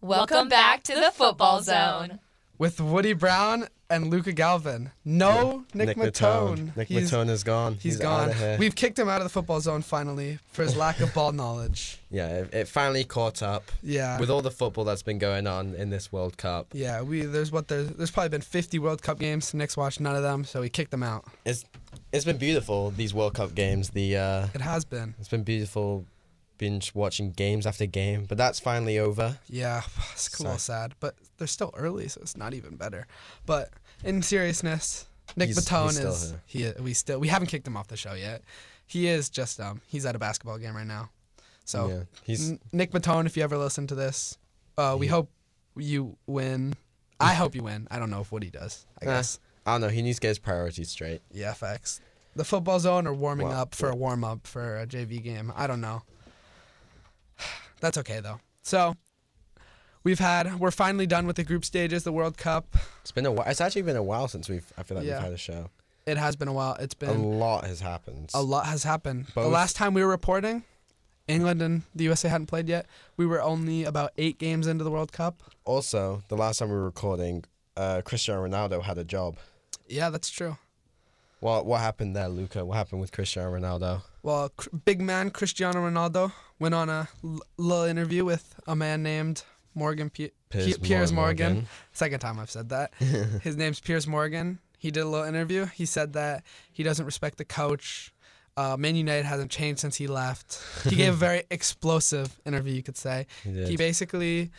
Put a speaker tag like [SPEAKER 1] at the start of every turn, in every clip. [SPEAKER 1] Welcome, back to the football zone.
[SPEAKER 2] with Woody Brown and Luca Galvin. No Nick, Matone.
[SPEAKER 3] Nick
[SPEAKER 2] He's-
[SPEAKER 3] Matone is gone.
[SPEAKER 2] he's
[SPEAKER 3] outta
[SPEAKER 2] gone.
[SPEAKER 3] here.
[SPEAKER 2] We've kicked him out of the football zone finally for his lack of ball knowledge.
[SPEAKER 3] yeah, it, it finally caught up
[SPEAKER 2] Yeah.
[SPEAKER 3] with all the football that's been going on in this World Cup.
[SPEAKER 2] yeah, we there's what there's, there's probably been 50 World Cup games. Nick's watched none of them, so we kicked them out.
[SPEAKER 3] It's it's been beautiful these World Cup games. The uh,
[SPEAKER 2] It has been.
[SPEAKER 3] it's been beautiful binge watching games after game, but that's finally over.
[SPEAKER 2] Yeah, it's a little
[SPEAKER 3] Sorry.
[SPEAKER 2] sad, but they're still early, so it's not even better. But in seriousness, Nick
[SPEAKER 3] He's-
[SPEAKER 2] Matone
[SPEAKER 3] he's still
[SPEAKER 2] is
[SPEAKER 3] here.
[SPEAKER 2] he. We still we haven't kicked him off the show yet. He is just um he's at a basketball game right now. So
[SPEAKER 3] yeah, he's
[SPEAKER 2] N- Nick Matone, if you ever listen to this, uh, we hope you win. I hope you win. I don't know if Woody does. I
[SPEAKER 3] Eh.
[SPEAKER 2] guess.
[SPEAKER 3] I don't know. He needs to get his priorities straight.
[SPEAKER 2] Yeah, facts. The football zone are warming
[SPEAKER 3] Wow.
[SPEAKER 2] up for a warm up for a JV game. I don't know. That's okay though. So we've had we're finally done with the group stages, the World Cup.
[SPEAKER 3] It's been a while. It's actually been a while since we've. I feel like
[SPEAKER 2] Yeah.
[SPEAKER 3] we've had a show.
[SPEAKER 2] It has been a while. It's
[SPEAKER 3] A
[SPEAKER 2] been
[SPEAKER 3] lot has happened.
[SPEAKER 2] a lot has happened. The
[SPEAKER 3] Both-
[SPEAKER 2] last time we were reporting, England and the USA hadn't played yet. We were only about eight games into the World Cup.
[SPEAKER 3] Also, the last time we were recording, uh, Cristiano Ronaldo had a job.
[SPEAKER 2] Yeah, that's true.
[SPEAKER 3] What what happened there, Luca? What happened with Cristiano Ronaldo?
[SPEAKER 2] Well, cr- big man Cristiano Ronaldo went on a l- little interview with a man named Morgan P- Piers,
[SPEAKER 3] Piers
[SPEAKER 2] Piers Morgan.
[SPEAKER 3] Morgan.
[SPEAKER 2] Second time I've said that. His name's Piers Morgan. He did a little interview. He said that he doesn't respect the coach. Uh, Man United hasn't changed since he left. He gave a very explosive interview, you could say.
[SPEAKER 3] He did.
[SPEAKER 2] He basically,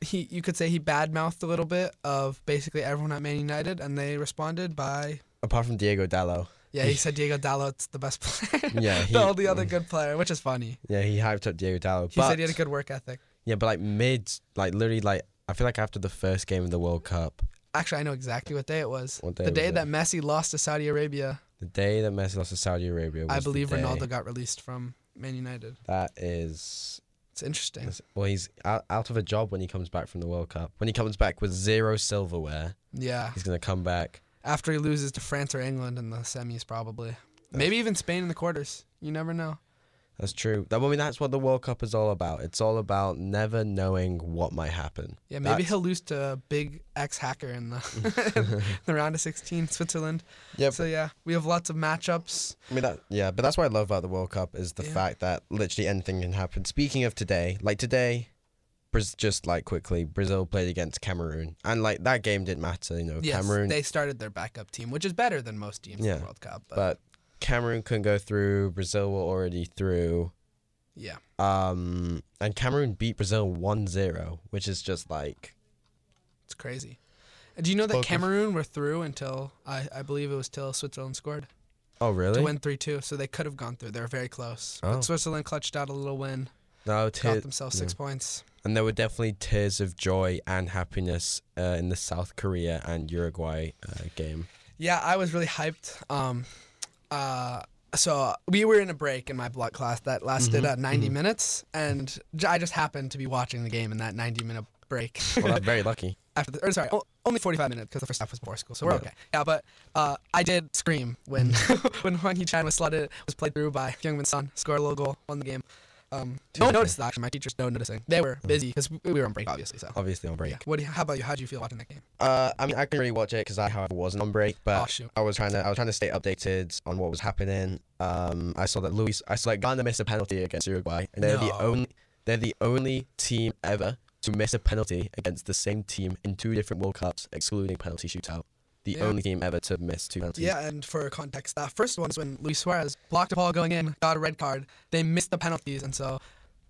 [SPEAKER 2] he you could say he badmouthed a little bit of basically everyone at Man United, and they responded by,
[SPEAKER 3] Apart from Diego Dallo.
[SPEAKER 2] yeah, he said Diego Dalot's the best player.
[SPEAKER 3] Yeah, he,
[SPEAKER 2] the only other good player, which is funny.
[SPEAKER 3] yeah, he hyped up Diego Dallo.
[SPEAKER 2] He
[SPEAKER 3] but,
[SPEAKER 2] said he had a good work ethic.
[SPEAKER 3] Yeah, but like mid, like literally, like I feel like after the first game of the World Cup,
[SPEAKER 2] Actually, I know exactly what day it was.
[SPEAKER 3] What day
[SPEAKER 2] the
[SPEAKER 3] was
[SPEAKER 2] day
[SPEAKER 3] it?
[SPEAKER 2] that Messi lost to Saudi Arabia,
[SPEAKER 3] the day that Messi lost to Saudi Arabia, was
[SPEAKER 2] I
[SPEAKER 3] the
[SPEAKER 2] believe
[SPEAKER 3] day.
[SPEAKER 2] Ronaldo got released from Man United.
[SPEAKER 3] That is,
[SPEAKER 2] It's interesting.
[SPEAKER 3] is- well, he's out, out of a job when he comes back from the World Cup. When he comes back with zero silverware,
[SPEAKER 2] Yeah.
[SPEAKER 3] he's gonna come back.
[SPEAKER 2] After he loses to France or England in the semis, probably. Maybe even Spain in the quarters. You never know.
[SPEAKER 3] That's true. That, I mean, that's what the World Cup is all about. It's all about never knowing what might happen.
[SPEAKER 2] Yeah, maybe
[SPEAKER 3] That's-
[SPEAKER 2] he'll lose to a big ex hacker in the, the round of 16, Switzerland.
[SPEAKER 3] Yeah,
[SPEAKER 2] So, yeah, we have lots of matchups.
[SPEAKER 3] I mean that. Yeah, but that's what I love about the World Cup is the
[SPEAKER 2] Yeah.
[SPEAKER 3] fact that literally anything can happen. Speaking of today, like today, Braz- just like quickly, Brazil played against Cameroon, and like that game didn't matter. You know,
[SPEAKER 2] Yes,
[SPEAKER 3] Cameroon,
[SPEAKER 2] they started their backup team, which is better than most teams in
[SPEAKER 3] Yeah,
[SPEAKER 2] the World Cup. But,
[SPEAKER 3] but Cameroon couldn't go through. Brazil were already through.
[SPEAKER 2] yeah,
[SPEAKER 3] Um, and Cameroon beat Brazil 1-0, which is just like
[SPEAKER 2] It's crazy. Do you know that
[SPEAKER 3] Focus.
[SPEAKER 2] Cameroon were through until I, I believe it was till Switzerland scored
[SPEAKER 3] oh really?
[SPEAKER 2] to win three two, so they could have gone through. They're very close.
[SPEAKER 3] Oh.
[SPEAKER 2] But Switzerland clutched out a little win,
[SPEAKER 3] No,
[SPEAKER 2] got
[SPEAKER 3] tear-
[SPEAKER 2] themselves
[SPEAKER 3] yeah.
[SPEAKER 2] six points.
[SPEAKER 3] and there were definitely tears of joy and happiness uh, in the South Korea and Uruguay uh, game.
[SPEAKER 2] Yeah, I was really hyped. Um, uh, so we were in a break in my block class that lasted
[SPEAKER 3] Mm-hmm.
[SPEAKER 2] uh, 90 minutes, and j- I just happened to be watching the game in that 90 minute break.
[SPEAKER 3] Well, that's very lucky.
[SPEAKER 2] after the, or sorry, o- only 45 minutes because the first half was before school, so we're
[SPEAKER 3] Yeah.
[SPEAKER 2] okay. Yeah, but uh, I did scream when when Huang Hee Chan was slotted, was played through by Youngman Son, scored a little goal, won the game. Um, no one noticed that. Actually, my teachers no noticing. They were busy because we were on break, obviously. So
[SPEAKER 3] Obviously on break.
[SPEAKER 2] Mm. yeah. What? do you- How about you? How would you feel watching that game?
[SPEAKER 3] Uh, I mean, I couldn't really watch it because I, however, wasn't on break,
[SPEAKER 2] Oh,
[SPEAKER 3] but
[SPEAKER 2] shoot.
[SPEAKER 3] I was trying to, I was trying to stay updated on what was happening. Um, I saw that Luis, I saw that Ghana missed a penalty against Uruguay, and they're
[SPEAKER 2] No.
[SPEAKER 3] the only, they're the only team ever to miss a penalty against the same team in two different World Cups, excluding penalty shootout. The
[SPEAKER 2] Yeah.
[SPEAKER 3] only team ever to miss two penalties.
[SPEAKER 2] Yeah, and for context, that first one's when Luis Suarez blocked a ball going in, got a red card. They missed the penalties, and so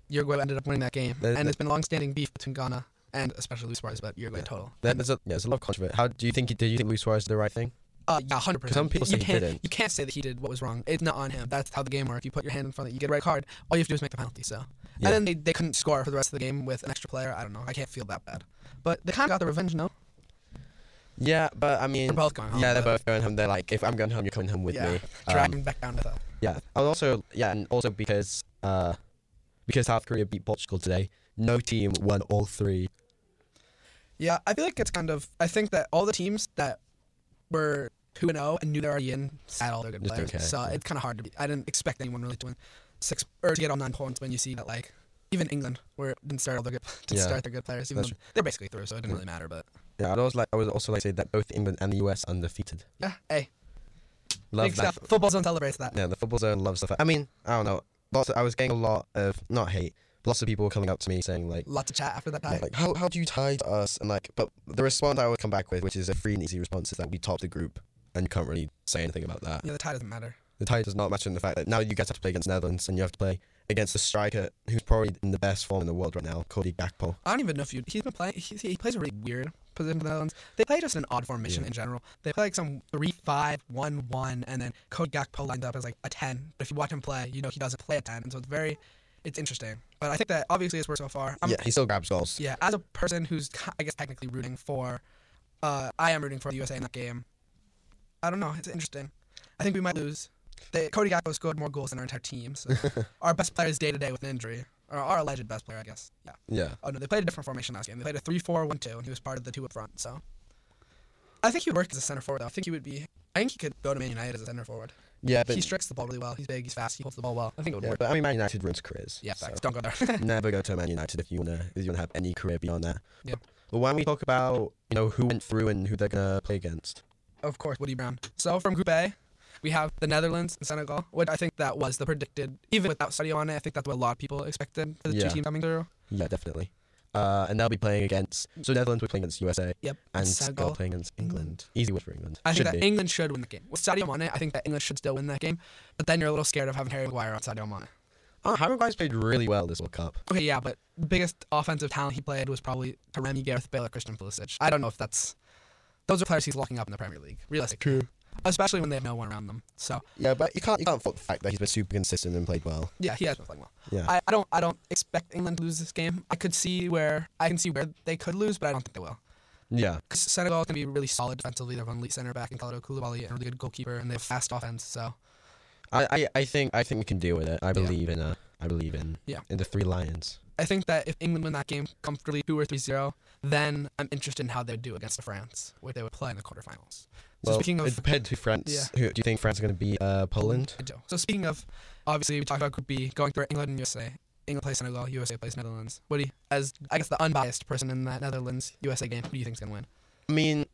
[SPEAKER 2] Uruguay ended up winning that game.
[SPEAKER 3] There-
[SPEAKER 2] and it's been long-standing beef between Ghana and especially Luis Suarez, but Uruguay total.
[SPEAKER 3] There- There's a, yeah, there's a lot of controversy. How do you think? he- Did you think Luis Suarez did the right thing?
[SPEAKER 2] Uh, yeah, hundred percent.
[SPEAKER 3] Some people
[SPEAKER 2] you
[SPEAKER 3] say he
[SPEAKER 2] can't,
[SPEAKER 3] didn't.
[SPEAKER 2] You can't say that he did what was wrong. It's not on him. That's how the game works. You put your hand in front of it, you get a red card. All you have to do is make the penalty. So,
[SPEAKER 3] Yeah.
[SPEAKER 2] and then they, they couldn't score for the rest of the game with an extra player. I don't know. I can't feel that bad. But they kind of got the revenge. No,
[SPEAKER 3] Yeah, but I mean,
[SPEAKER 2] They're both going home,
[SPEAKER 3] Yeah, they're
[SPEAKER 2] but-
[SPEAKER 3] both going home. They're like, if I'm going home, you're coming home with
[SPEAKER 2] yeah,
[SPEAKER 3] me. Um,
[SPEAKER 2] dragging back down to the.
[SPEAKER 3] Yeah, and also yeah, and also because uh, because South Korea beat Portugal today, no team won all three.
[SPEAKER 2] Yeah, I feel like it's kind of. I think that all the teams that were two and zero and knew they're already in had all their good
[SPEAKER 3] Just
[SPEAKER 2] players.
[SPEAKER 3] okay,
[SPEAKER 2] So
[SPEAKER 3] yeah.
[SPEAKER 2] it's kind of hard to. be I didn't expect anyone really to win six or to get all nine points when you see that like even England, where it didn't start all their good, didn't
[SPEAKER 3] Yeah.
[SPEAKER 2] start their good players. Even
[SPEAKER 3] That's Mm.
[SPEAKER 2] though they're basically through, so it didn't really matter. But
[SPEAKER 3] Yeah, I'd also like I would also like to say that both England and the US undefeated.
[SPEAKER 2] yeah, hey,
[SPEAKER 3] Love
[SPEAKER 2] big
[SPEAKER 3] that.
[SPEAKER 2] stuff. Football zone celebrates that.
[SPEAKER 3] Yeah, the football zone loves the fact. I mean, I don't know. Lots. Of, I was getting a lot of not hate. but Lots of people were coming up to me saying like,
[SPEAKER 2] Lots of chat after that tie.
[SPEAKER 3] like how how do you tie to us? And like, but the response I would come back with, which is a free and easy response, is that we topped the group, and you can't really say anything about that.
[SPEAKER 2] yeah, the tie doesn't matter.
[SPEAKER 3] The tie does not match in the fact that now you guys have to play against Netherlands, and you have to play against a striker who's probably in the best form in the world right now, Cody Gakpo.
[SPEAKER 2] I don't even know if you. He's been playing. He, he plays a really weird position for the Netherlands. They play just an odd formation
[SPEAKER 3] Yeah.
[SPEAKER 2] in general. They play like some three-five-one-one, and then Cody Gakpo lined up as like a ten. But if you watch him play, you know he doesn't play a ten, and so it's very, it's interesting. But I think that obviously it's worked so far. I'm,
[SPEAKER 3] yeah, he still grabs goals.
[SPEAKER 2] Um, yeah, as a person who's ki- I guess technically rooting for, uh, I am rooting for the USA in that game. I don't know. It's interesting. I think we might lose. They, Cody Gakpo scored more goals than our entire team. So our best player is day to day with an injury, or our alleged best player, I guess. Yeah.
[SPEAKER 3] Yeah.
[SPEAKER 2] Oh no, they played a different formation last game. They played a 3-4-1-2, and he was part of the two up front. So I think he would work as a center forward. Though. I think he would be. I think he could go to Man United as a center forward.
[SPEAKER 3] Yeah, but
[SPEAKER 2] he strikes the ball really well. He's big. He's fast. He holds the ball well. I think it would
[SPEAKER 3] yeah,
[SPEAKER 2] work.
[SPEAKER 3] but I mean, Man United ruins careers.
[SPEAKER 2] Yeah,
[SPEAKER 3] so.
[SPEAKER 2] facts. Don't go there.
[SPEAKER 3] never go to Man United if you wanna if you wanna have any career beyond that.
[SPEAKER 2] Yep.
[SPEAKER 3] But why don't we talk about you know who went through and who they're gonna play against?
[SPEAKER 2] Of course, Woody Brown. So from Group A, we have the Netherlands and Senegal, which I think that was the predicted, even without Sadio on it, I think that's what a lot of people expected for the
[SPEAKER 3] Yeah.
[SPEAKER 2] two teams coming through.
[SPEAKER 3] Yeah, definitely. Uh, and they'll be playing against so Netherlands will be playing against USA
[SPEAKER 2] Yep.
[SPEAKER 3] and Senegal
[SPEAKER 2] Senegal.
[SPEAKER 3] playing against England. Easy win for England.
[SPEAKER 2] I think
[SPEAKER 3] Should
[SPEAKER 2] that
[SPEAKER 3] be.
[SPEAKER 2] England should win the game. With Sadio Mane, I think that England should still win that game, but then you're a little scared of having Harry Maguire on Sadio Mane.
[SPEAKER 3] oh, Harry Maguire's played really well this World Cup.
[SPEAKER 2] Okay, yeah, but the biggest offensive talent he played was probably Taremi, Gareth Bale, or Christian Pulisic. I don't know if that's... Those are players he's locking up in the Premier League, realistically. True. Especially when they have no one around them. So,
[SPEAKER 3] Yeah, but you can't you can't fault the fact that he's been super consistent and played well.
[SPEAKER 2] yeah, he has been playing well.
[SPEAKER 3] Yeah.
[SPEAKER 2] I, I don't I don't expect England to lose this game. I could see where I can see where they could lose, but I don't think they will.
[SPEAKER 3] yeah.
[SPEAKER 2] Because Senegal can be really solid defensively. They have an elite center back in Kalidou Koulibaly and a really good goalkeeper, and they have fast offense. So
[SPEAKER 3] I, I, I think I think we can deal with it. I believe in uh I believe in
[SPEAKER 2] Yeah.
[SPEAKER 3] in the three lions.
[SPEAKER 2] I think that if England win that game comfortably, two or three zero, then I'm interested in how they would do against France, where they would play in the quarterfinals. So
[SPEAKER 3] Well,
[SPEAKER 2] speaking
[SPEAKER 3] it
[SPEAKER 2] of
[SPEAKER 3] depends who France.
[SPEAKER 2] Yeah.
[SPEAKER 3] Who, do you think France are going to be? Uh, Poland.
[SPEAKER 2] I do. So speaking of, obviously we talked about Group B going through England and USA. England plays Senegal, USA plays Netherlands. Woody, as I guess the unbiased person in that Netherlands USA game, who do you think's gonna win?
[SPEAKER 3] I mean,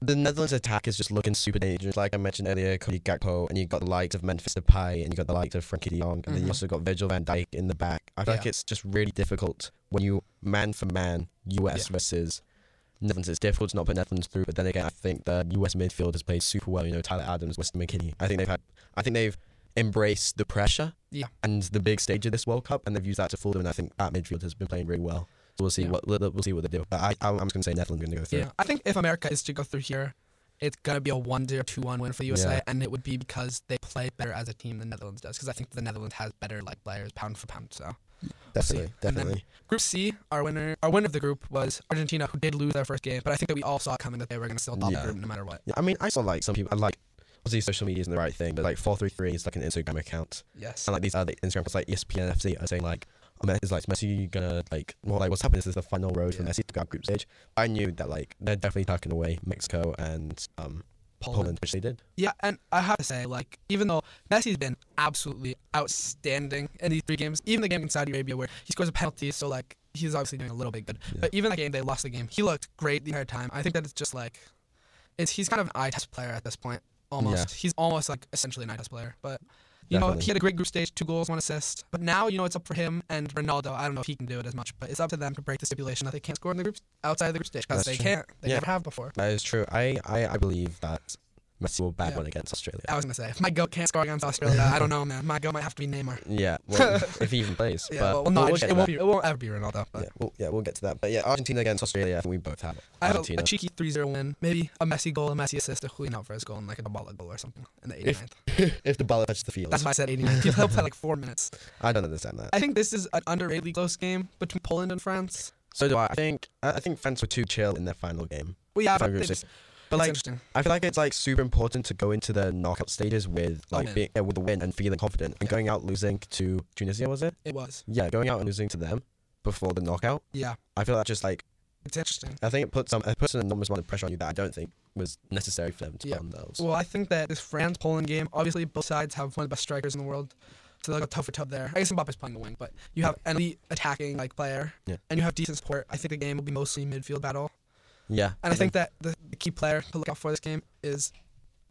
[SPEAKER 3] the Netherlands attack is just looking super dangerous. Like I mentioned earlier, Cody Gakpo, and you got the likes of Memphis Depay, and you got the likes of Frankie De Jong, and then you
[SPEAKER 2] Mhm.
[SPEAKER 3] also got Virgil van Dijk in the back. I feel like
[SPEAKER 2] Yeah.
[SPEAKER 3] it's just really difficult when you man for man US
[SPEAKER 2] Yeah.
[SPEAKER 3] versus Netherlands. It's difficult to not put Netherlands through, but then again, I think the US midfield has played super well. You know, Tyler Adams, Weston McKinney. I think they've had. I think they've embraced the pressure
[SPEAKER 2] Yeah.
[SPEAKER 3] and the big stage of this World Cup, and they've used that to full them. And I think that midfield has been playing really well. So we'll see
[SPEAKER 2] Yeah.
[SPEAKER 3] what we'll see what they do. But I, I'm just gonna say Netherlands going to go through.
[SPEAKER 2] Yeah, I think if America is to go through here, it's gonna be a 1-0, 2-1 win for the USA,
[SPEAKER 3] Yeah.
[SPEAKER 2] and it would be because they play better as a team than Netherlands does. Because I think the Netherlands has better like players, pound for pound. So see.
[SPEAKER 3] Definitely,
[SPEAKER 2] And then-
[SPEAKER 3] definitely.
[SPEAKER 2] Group C, our winner, our winner of the group was Argentina, who did lose their first game, but I think that we all saw it coming that they were gonna still top
[SPEAKER 3] Yeah.
[SPEAKER 2] the group no matter what.
[SPEAKER 3] Yeah, I mean, I saw like some people. I like obviously social media isn't the right thing, but like four three three is like an Instagram account,
[SPEAKER 2] Yes.
[SPEAKER 3] and like these other Instagram accounts like E ESPN FC are saying like, oh, Messi- is like Messi gonna like well like what's happening? Is this the final road for
[SPEAKER 2] Yeah.
[SPEAKER 3] Messi to grab group stage? I knew that like they're definitely tucking away Mexico and um Poland, which they did.
[SPEAKER 2] Yeah, and I have to say, like, even though Messi's been absolutely outstanding in these three games, even the game in Saudi Arabia where he scores a penalty, so like he's obviously doing a little bit good.
[SPEAKER 3] Yeah.
[SPEAKER 2] But even that game, they lost the game. He looked great the entire time. I think that it's just like, it's he's kind of an eye test player at this point. Almost, he's almost like essentially an eye test player. But you know,
[SPEAKER 3] Definitely.
[SPEAKER 2] he had a great group stage, two goals, one assist. But now you know it's up for him and Ronaldo. I don't know if he can do it as much, but it's up to them to break the stipulation that they can't score in the group outside of the group stage because
[SPEAKER 3] That's
[SPEAKER 2] they
[SPEAKER 3] true.
[SPEAKER 2] can't. They
[SPEAKER 3] Yeah.
[SPEAKER 2] never have before.
[SPEAKER 3] That is true. I I, I believe that Messi will bad
[SPEAKER 2] Yeah.
[SPEAKER 3] one against Australia.
[SPEAKER 2] I was gonna say, if my goat can't score against Australia, I don't know, man. My goat might have to be Neymar.
[SPEAKER 3] Yeah, well, if he even plays.
[SPEAKER 2] Yeah,
[SPEAKER 3] but
[SPEAKER 2] well, well, no,
[SPEAKER 3] we'll
[SPEAKER 2] it-
[SPEAKER 3] get
[SPEAKER 2] it
[SPEAKER 3] to
[SPEAKER 2] won't
[SPEAKER 3] that.
[SPEAKER 2] be. It won't ever be Ronaldo. But
[SPEAKER 3] Yeah, we'll, yeah, we'll get to that. But yeah, Argentina against Australia, I think we both have
[SPEAKER 2] I have a- a,
[SPEAKER 3] Argentina.
[SPEAKER 2] cheeky 3-0 win, maybe a messy goal, a messy assist, a Julian Alvarez goal, and like a Dybala goal or something in the 89th.
[SPEAKER 3] if the ball touches the field.
[SPEAKER 2] That's why I said 89th. He'll play like four minutes.
[SPEAKER 3] I don't understand that.
[SPEAKER 2] I think this is an underratedly close game between Poland and France.
[SPEAKER 3] So do I. I think I I think France were too chill in their final game.
[SPEAKER 2] Well, yeah,
[SPEAKER 3] If
[SPEAKER 2] but
[SPEAKER 3] I'm gonna
[SPEAKER 2] it's,
[SPEAKER 3] say- But
[SPEAKER 2] it's
[SPEAKER 3] like,
[SPEAKER 2] interesting.
[SPEAKER 3] I feel like it's like super important to go into the knockout stages with like
[SPEAKER 2] man.
[SPEAKER 3] being uh, with a win and feeling confident. And going out losing to Tunisia was it?
[SPEAKER 2] It was.
[SPEAKER 3] Yeah, going out and losing to them before the knockout.
[SPEAKER 2] Yeah,
[SPEAKER 3] I feel that just like
[SPEAKER 2] it's interesting.
[SPEAKER 3] I think it puts some it puts an enormous amount of pressure on you that I don't think was necessary for them to
[SPEAKER 2] Yeah.
[SPEAKER 3] put on themselves.
[SPEAKER 2] Well, I think that this France Poland game, obviously both sides have one of the best strikers in the world. So they'll go toe for toe there. I guess Mbappe's playing the wing, but you have an elite attacking like player,
[SPEAKER 3] Yeah.
[SPEAKER 2] and you have decent support. I think the game will be mostly midfield battle,
[SPEAKER 3] Yeah.
[SPEAKER 2] and I think that the, the key player to look out for this game is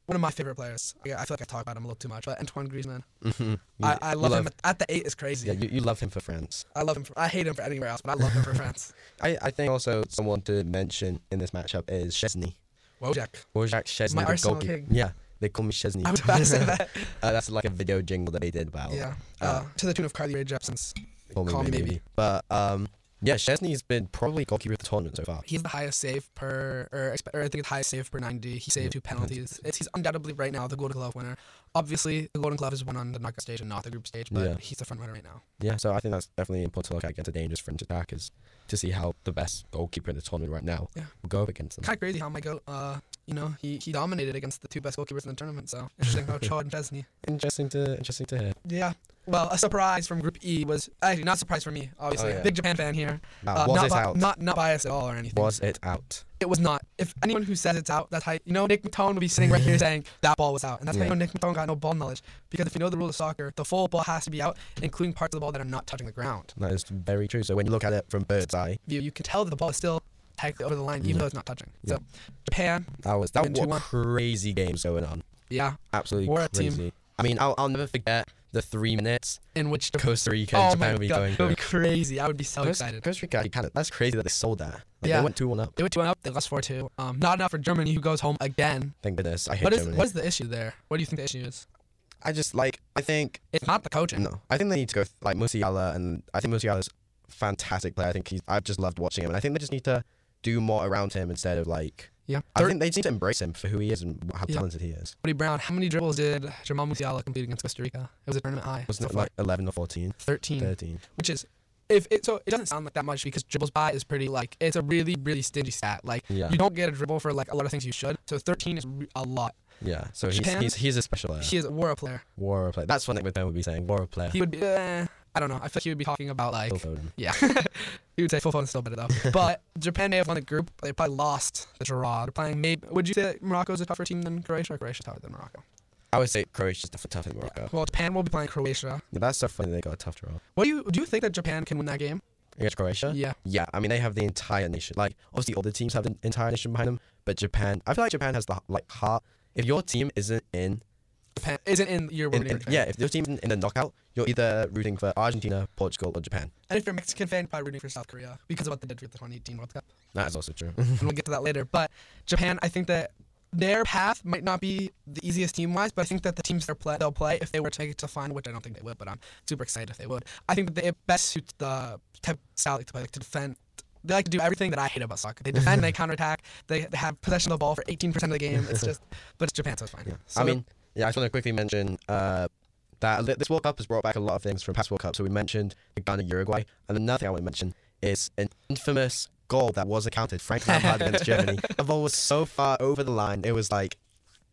[SPEAKER 2] one of my favorite players. I, I feel like I talk about him a little too much, but Antoine Griezmann.
[SPEAKER 3] Mhm.
[SPEAKER 2] I,
[SPEAKER 3] You-
[SPEAKER 2] I
[SPEAKER 3] you
[SPEAKER 2] love, him at, at the eight is crazy.
[SPEAKER 3] Yeah, you, you love him for France.
[SPEAKER 2] I love him. For, I hate him for anywhere else, but I love him for France.
[SPEAKER 3] I, I think also someone to mention in this matchup is Chesney.
[SPEAKER 2] Wojak.
[SPEAKER 3] Wojciech Szczesny,
[SPEAKER 2] My
[SPEAKER 3] the
[SPEAKER 2] Arsenal
[SPEAKER 3] goalkeeper.
[SPEAKER 2] king.
[SPEAKER 3] Yeah, they call me Szczesny.
[SPEAKER 2] I was about to say that.
[SPEAKER 3] uh, that's like a video jingle that they did about
[SPEAKER 2] yeah. Uh,
[SPEAKER 3] uh,
[SPEAKER 2] to the tune of Carly Rae Jepsen's.
[SPEAKER 3] Call Me,
[SPEAKER 2] Call Me
[SPEAKER 3] Maybe.
[SPEAKER 2] Maybe.
[SPEAKER 3] But um, yeah, Szczesny's been probably goalkeeper of the tournament so far.
[SPEAKER 2] He's the highest save per, or, expe- or I think it's highest save per 90. He saved two penalties. It's, he's undoubtedly right now the Golden Glove winner. Obviously, the Golden Glove is won on the knockout stage and not the group stage, but
[SPEAKER 3] Yeah.
[SPEAKER 2] he's the front runner right now.
[SPEAKER 3] Yeah, so I think that's definitely important to look at against a dangerous French attackers to see how the best goalkeeper in the tournament right now
[SPEAKER 2] Yeah.
[SPEAKER 3] will go up against them.
[SPEAKER 2] Kind of crazy how my goat, uh, you know, he, he dominated against the two best goalkeepers in the tournament. So interesting how Chod and Chesney.
[SPEAKER 3] Interesting to interesting to hear.
[SPEAKER 2] Yeah. Well, a surprise from Group E was actually not a surprise for me. Obviously,
[SPEAKER 3] Oh, yeah.
[SPEAKER 2] big Japan fan here.
[SPEAKER 3] Now,
[SPEAKER 2] Uh,
[SPEAKER 3] was
[SPEAKER 2] not,
[SPEAKER 3] it
[SPEAKER 2] bi-
[SPEAKER 3] out?
[SPEAKER 2] Not not biased at all or anything.
[SPEAKER 3] was it out?
[SPEAKER 2] It was not. If anyone who says it's out, that's how you know Nick Matone would be sitting right here saying that ball was out, and that's how you
[SPEAKER 3] Yeah.
[SPEAKER 2] know Nick Matone got no ball knowledge. Because if you know the rule of soccer, the full ball has to be out, including parts of the ball that are not touching the ground.
[SPEAKER 3] That is very true. So when you look at it from bird's eye,
[SPEAKER 2] You you can tell that the ball is still technically over the line, even
[SPEAKER 3] Yeah.
[SPEAKER 2] though it's not touching.
[SPEAKER 3] Yeah.
[SPEAKER 2] So Japan,
[SPEAKER 3] that was that
[SPEAKER 2] Been 2-1.
[SPEAKER 3] was crazy games going on.
[SPEAKER 2] yeah,
[SPEAKER 3] Absolutely
[SPEAKER 2] We're a team.
[SPEAKER 3] crazy. I mean, I'll, I'll never forget the three minutes
[SPEAKER 2] in which Japan
[SPEAKER 3] Costa Rica and
[SPEAKER 2] oh
[SPEAKER 3] Japan
[SPEAKER 2] my
[SPEAKER 3] will be
[SPEAKER 2] god,
[SPEAKER 3] going
[SPEAKER 2] it would
[SPEAKER 3] through.
[SPEAKER 2] be crazy. I would be so
[SPEAKER 3] Costa,
[SPEAKER 2] excited.
[SPEAKER 3] Costa Rica, you kinda- that's crazy that they sold that. Like,
[SPEAKER 2] Yeah.
[SPEAKER 3] They went 2 1 up.
[SPEAKER 2] They went two and up. They lost four two. Um, not enough for Germany, who goes home again.
[SPEAKER 3] Thank goodness. I hate
[SPEAKER 2] What is
[SPEAKER 3] Germany.
[SPEAKER 2] what is the issue there? What do you think the issue is?
[SPEAKER 3] I just, like, I think,
[SPEAKER 2] It's not the coaching.
[SPEAKER 3] no. I think they need to go, with, like, Musiala, and I think Musiala's a fantastic player. I think he's, I've just loved watching him, and I think they just need to do more around him instead of, like,
[SPEAKER 2] Yeah.
[SPEAKER 3] I think they just need to embrace him for who he is and how
[SPEAKER 2] Yeah.
[SPEAKER 3] talented he is.
[SPEAKER 2] Cody Brown, how many dribbles did Jamal Musiala complete against Costa Rica? It was a tournament high.
[SPEAKER 3] Wasn't
[SPEAKER 2] so
[SPEAKER 3] it,
[SPEAKER 2] far.
[SPEAKER 3] like, 11 or 14?
[SPEAKER 2] 13,
[SPEAKER 3] 13.
[SPEAKER 2] which is if it so it doesn't sound like that much because dribbles by is pretty like it's a really really stingy stat. Like
[SPEAKER 3] Yeah.
[SPEAKER 2] you don't get a dribble for like a lot of things you should. So 13 is re- a lot.
[SPEAKER 3] Yeah. So he's,
[SPEAKER 2] Japan?
[SPEAKER 3] he's, he's a special player.
[SPEAKER 2] He is a war player.
[SPEAKER 3] War player. That's what Nick Matone would be saying. War player.
[SPEAKER 2] He would be eh, I don't know. I feel like he would be talking about like
[SPEAKER 3] Phil Foden.
[SPEAKER 2] yeah. he would say full phone is still better though. but Japan may have won the group. They probably lost the draw. They're playing maybe would you say that Morocco is a tougher team than Croatia? Or Croatia's tougher than Morocco.
[SPEAKER 3] I would say Croatia's definitely tougher than Morocco.
[SPEAKER 2] Well, Japan will be playing Croatia.
[SPEAKER 3] Yeah, that's so funny they got a tough draw.
[SPEAKER 2] What do you do you think that Japan can win that game?
[SPEAKER 3] Against Croatia?
[SPEAKER 2] Yeah.
[SPEAKER 3] Yeah, I mean they have the entire nation. Like obviously all the teams have the entire nation behind them, but Japan, I feel like Japan has the like heart. If your team isn't in,
[SPEAKER 2] Japan isn't in your
[SPEAKER 3] in,
[SPEAKER 2] rooting
[SPEAKER 3] in-
[SPEAKER 2] fan.
[SPEAKER 3] yeah, if your team isn't in the knockout, you're either rooting for Argentina, Portugal, or Japan.
[SPEAKER 2] And if you're a Mexican fan, probably rooting for South Korea because of what they did for the 2018 World Cup.
[SPEAKER 3] That is also true.
[SPEAKER 2] And we'll get to that later. But Japan, I think that their path might not be the easiest team wise, but I think that the teams they'll play, they'll play if they were to make it to the final, which I don't think they would, but I'm super excited if they would. I think that they best suit the type of style they like to play, like to defend. They like to do everything that I hate about soccer. They defend, they counterattack, they, they have possession of the ball for 18% of the game. It's just, but it's Japan, so it's fine. So
[SPEAKER 3] I mean, yeah, I just want to quickly mention uh, that li- this World Cup has brought back a lot of things from past World Cup. So we mentioned the Ghana Uruguay, and another thing I want to mention is an infamous goal that was accounted Frank Lampard against Germany. The ball was so far over the line, it was like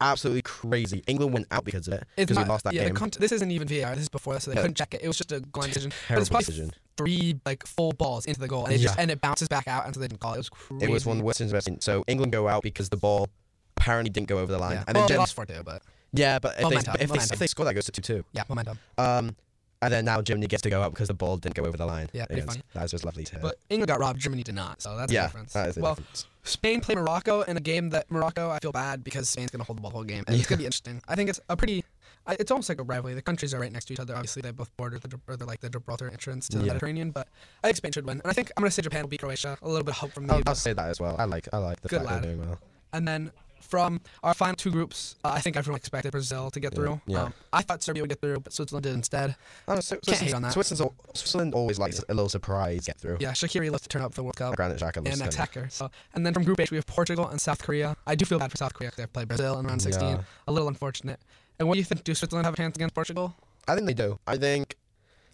[SPEAKER 3] absolutely crazy. England went out because of it
[SPEAKER 2] It's
[SPEAKER 3] because we
[SPEAKER 2] not-
[SPEAKER 3] lost that
[SPEAKER 2] yeah, the
[SPEAKER 3] game.
[SPEAKER 2] cont- this isn't even VAR. This is before that, so they
[SPEAKER 3] No.
[SPEAKER 2] couldn't check it. It was just a blind decision. But
[SPEAKER 3] Terrible
[SPEAKER 2] it's probably
[SPEAKER 3] decision.
[SPEAKER 2] Three like full balls into the goal, and it just
[SPEAKER 3] Yeah.
[SPEAKER 2] and it bounces back out, and so they didn't call it. It was crazy.
[SPEAKER 3] It was one of the worst things I've ever seen. So England go out because the ball apparently didn't go over the line.
[SPEAKER 2] Yeah. well,
[SPEAKER 3] And then
[SPEAKER 2] they
[SPEAKER 3] Germany-
[SPEAKER 2] lost four two, but
[SPEAKER 3] yeah, but if, they,
[SPEAKER 2] Momentum,
[SPEAKER 3] but if, they,
[SPEAKER 2] momentum.
[SPEAKER 3] if they score, that goes to 2 2.
[SPEAKER 2] yeah, momentum.
[SPEAKER 3] Um, and then now Germany gets to go out because the ball didn't go over the line.
[SPEAKER 2] Yeah, pretty
[SPEAKER 3] against-
[SPEAKER 2] funny.
[SPEAKER 3] That was just lovely to hear.
[SPEAKER 2] But England got robbed. Germany did not. So that's the
[SPEAKER 3] yeah,
[SPEAKER 2] difference.
[SPEAKER 3] that is the
[SPEAKER 2] well,
[SPEAKER 3] difference.
[SPEAKER 2] Spain played Morocco in a game that Morocco. I feel bad because Spain's gonna hold the ball the whole game, and it's gonna be interesting. I think it's a pretty. I- It's almost like a rivalry. The countries are right next to each other. Obviously, they both border the Gib- or they're like the Gibraltar entrance to the
[SPEAKER 3] Yeah.
[SPEAKER 2] Mediterranean. But I think Spain should win, and I think I'm gonna say Japan will beat Croatia. A little bit of hope from me.
[SPEAKER 3] I'll,
[SPEAKER 2] but-
[SPEAKER 3] I'll say that as well. I like I like the
[SPEAKER 2] Good
[SPEAKER 3] fact
[SPEAKER 2] lad.
[SPEAKER 3] they're doing well.
[SPEAKER 2] And then from our final two groups, uh, I think everyone expected Brazil to get through.
[SPEAKER 3] yeah.
[SPEAKER 2] Um, I thought Serbia would get through, but Switzerland did instead.
[SPEAKER 3] I don't know, Swi-
[SPEAKER 2] Can't hate
[SPEAKER 3] Switzerland-
[SPEAKER 2] on that.
[SPEAKER 3] Um, Switzerland's al- Switzerland always likes a little surprise get through.
[SPEAKER 2] Yeah, Shakiri loves to turn up for the World Cup
[SPEAKER 3] Granite Xhaka
[SPEAKER 2] and
[SPEAKER 3] looks kinda-
[SPEAKER 2] attacker. So, and then from Group H we have Portugal and South Korea. I do feel bad for South Korea because they played Brazil in round 16.
[SPEAKER 3] Yeah.
[SPEAKER 2] A little unfortunate. And what do you think? Do Switzerland have a chance against Portugal?
[SPEAKER 3] I think they do. I think,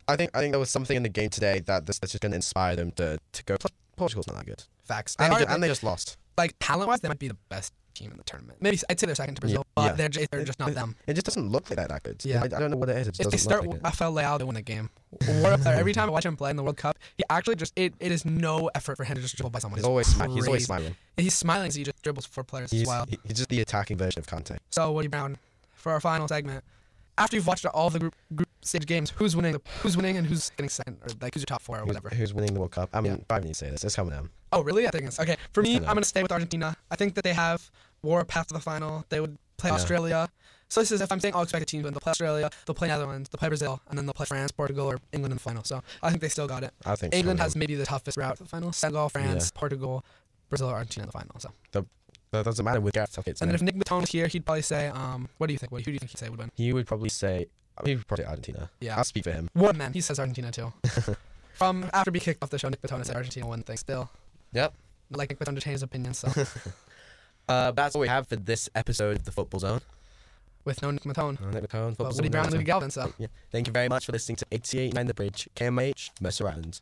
[SPEAKER 3] I think, I think there was something in the game today that this, that's just going to inspire them to to go. Plus, Portugal's not that good,
[SPEAKER 2] Facts. They
[SPEAKER 3] and,
[SPEAKER 2] are,
[SPEAKER 3] they, ju- and they just lost.
[SPEAKER 2] like talent-wise, they might be the best team in the tournament. Maybe I'd say they're second to Brazil,
[SPEAKER 3] Yeah.
[SPEAKER 2] but they're just, they're just not
[SPEAKER 3] it,
[SPEAKER 2] them.
[SPEAKER 3] It just doesn't look like they're that good.
[SPEAKER 2] Yeah.
[SPEAKER 3] I, I don't know what it is. It just
[SPEAKER 2] If they
[SPEAKER 3] doesn't
[SPEAKER 2] start
[SPEAKER 3] look like it.
[SPEAKER 2] Rafael Leao, they win the game. War up there. Every time I watch him play in the World Cup, he actually just it, it is no effort for him to just dribble by someone.
[SPEAKER 3] He's
[SPEAKER 2] It's
[SPEAKER 3] always smi- he's
[SPEAKER 2] crazy.
[SPEAKER 3] always smiling.
[SPEAKER 2] He's smiling, so he just dribbles four players as
[SPEAKER 3] He's,
[SPEAKER 2] well.
[SPEAKER 3] he- he's just the attacking version of Conte.
[SPEAKER 2] So Woody Brown, for our final segment, after you've watched all the group, group stage games, who's winning? The, who's winning and who's getting second, or like who's your top four or
[SPEAKER 3] Who's,
[SPEAKER 2] whatever.
[SPEAKER 3] who's winning the World Cup? I mean,
[SPEAKER 2] Yeah.
[SPEAKER 3] probably need to say this. It's coming down.
[SPEAKER 2] Oh, really? I think it's okay. For me,
[SPEAKER 3] I
[SPEAKER 2] I'm
[SPEAKER 3] know.
[SPEAKER 2] gonna stay with Argentina. I think that they have war path to the final. They would play
[SPEAKER 3] Yeah.
[SPEAKER 2] Australia. So this is if I'm saying all expected teams win, they'll play Australia, they'll play Netherlands, they'll play Brazil, and then they'll play France, Portugal, or England in the final. So I think they still got it.
[SPEAKER 3] I think it's
[SPEAKER 2] England
[SPEAKER 3] coming
[SPEAKER 2] has maybe the toughest route to the final. Senegal, France, Portugal, Brazil, Argentina in the final. So
[SPEAKER 3] down. That doesn't matter with Gareth Southgate.
[SPEAKER 2] and then if Nick Matone was here, he'd probably say, um, what do you think? What, who do you think he'd say would win?
[SPEAKER 3] he would probably say he would probably say Argentina.
[SPEAKER 2] Yeah.
[SPEAKER 3] I'll speak for him.
[SPEAKER 2] One man. He says Argentina too. From after being kicked off the show, Nick Matone said Argentina won thing still.
[SPEAKER 3] Yep.
[SPEAKER 2] Like Nick Matone to change his opinion, so
[SPEAKER 3] Uh, but that's all we have for this episode of the Football Zone.
[SPEAKER 2] with no Nick Matone.
[SPEAKER 3] Uh, Nick McCone, Football
[SPEAKER 2] But
[SPEAKER 3] Zone
[SPEAKER 2] Woody Brown and
[SPEAKER 3] Marathon.
[SPEAKER 2] Louis Galvin, so
[SPEAKER 3] Yeah. Thank you very much for listening to 88.9 The Bridge, KMH, Mercer Island.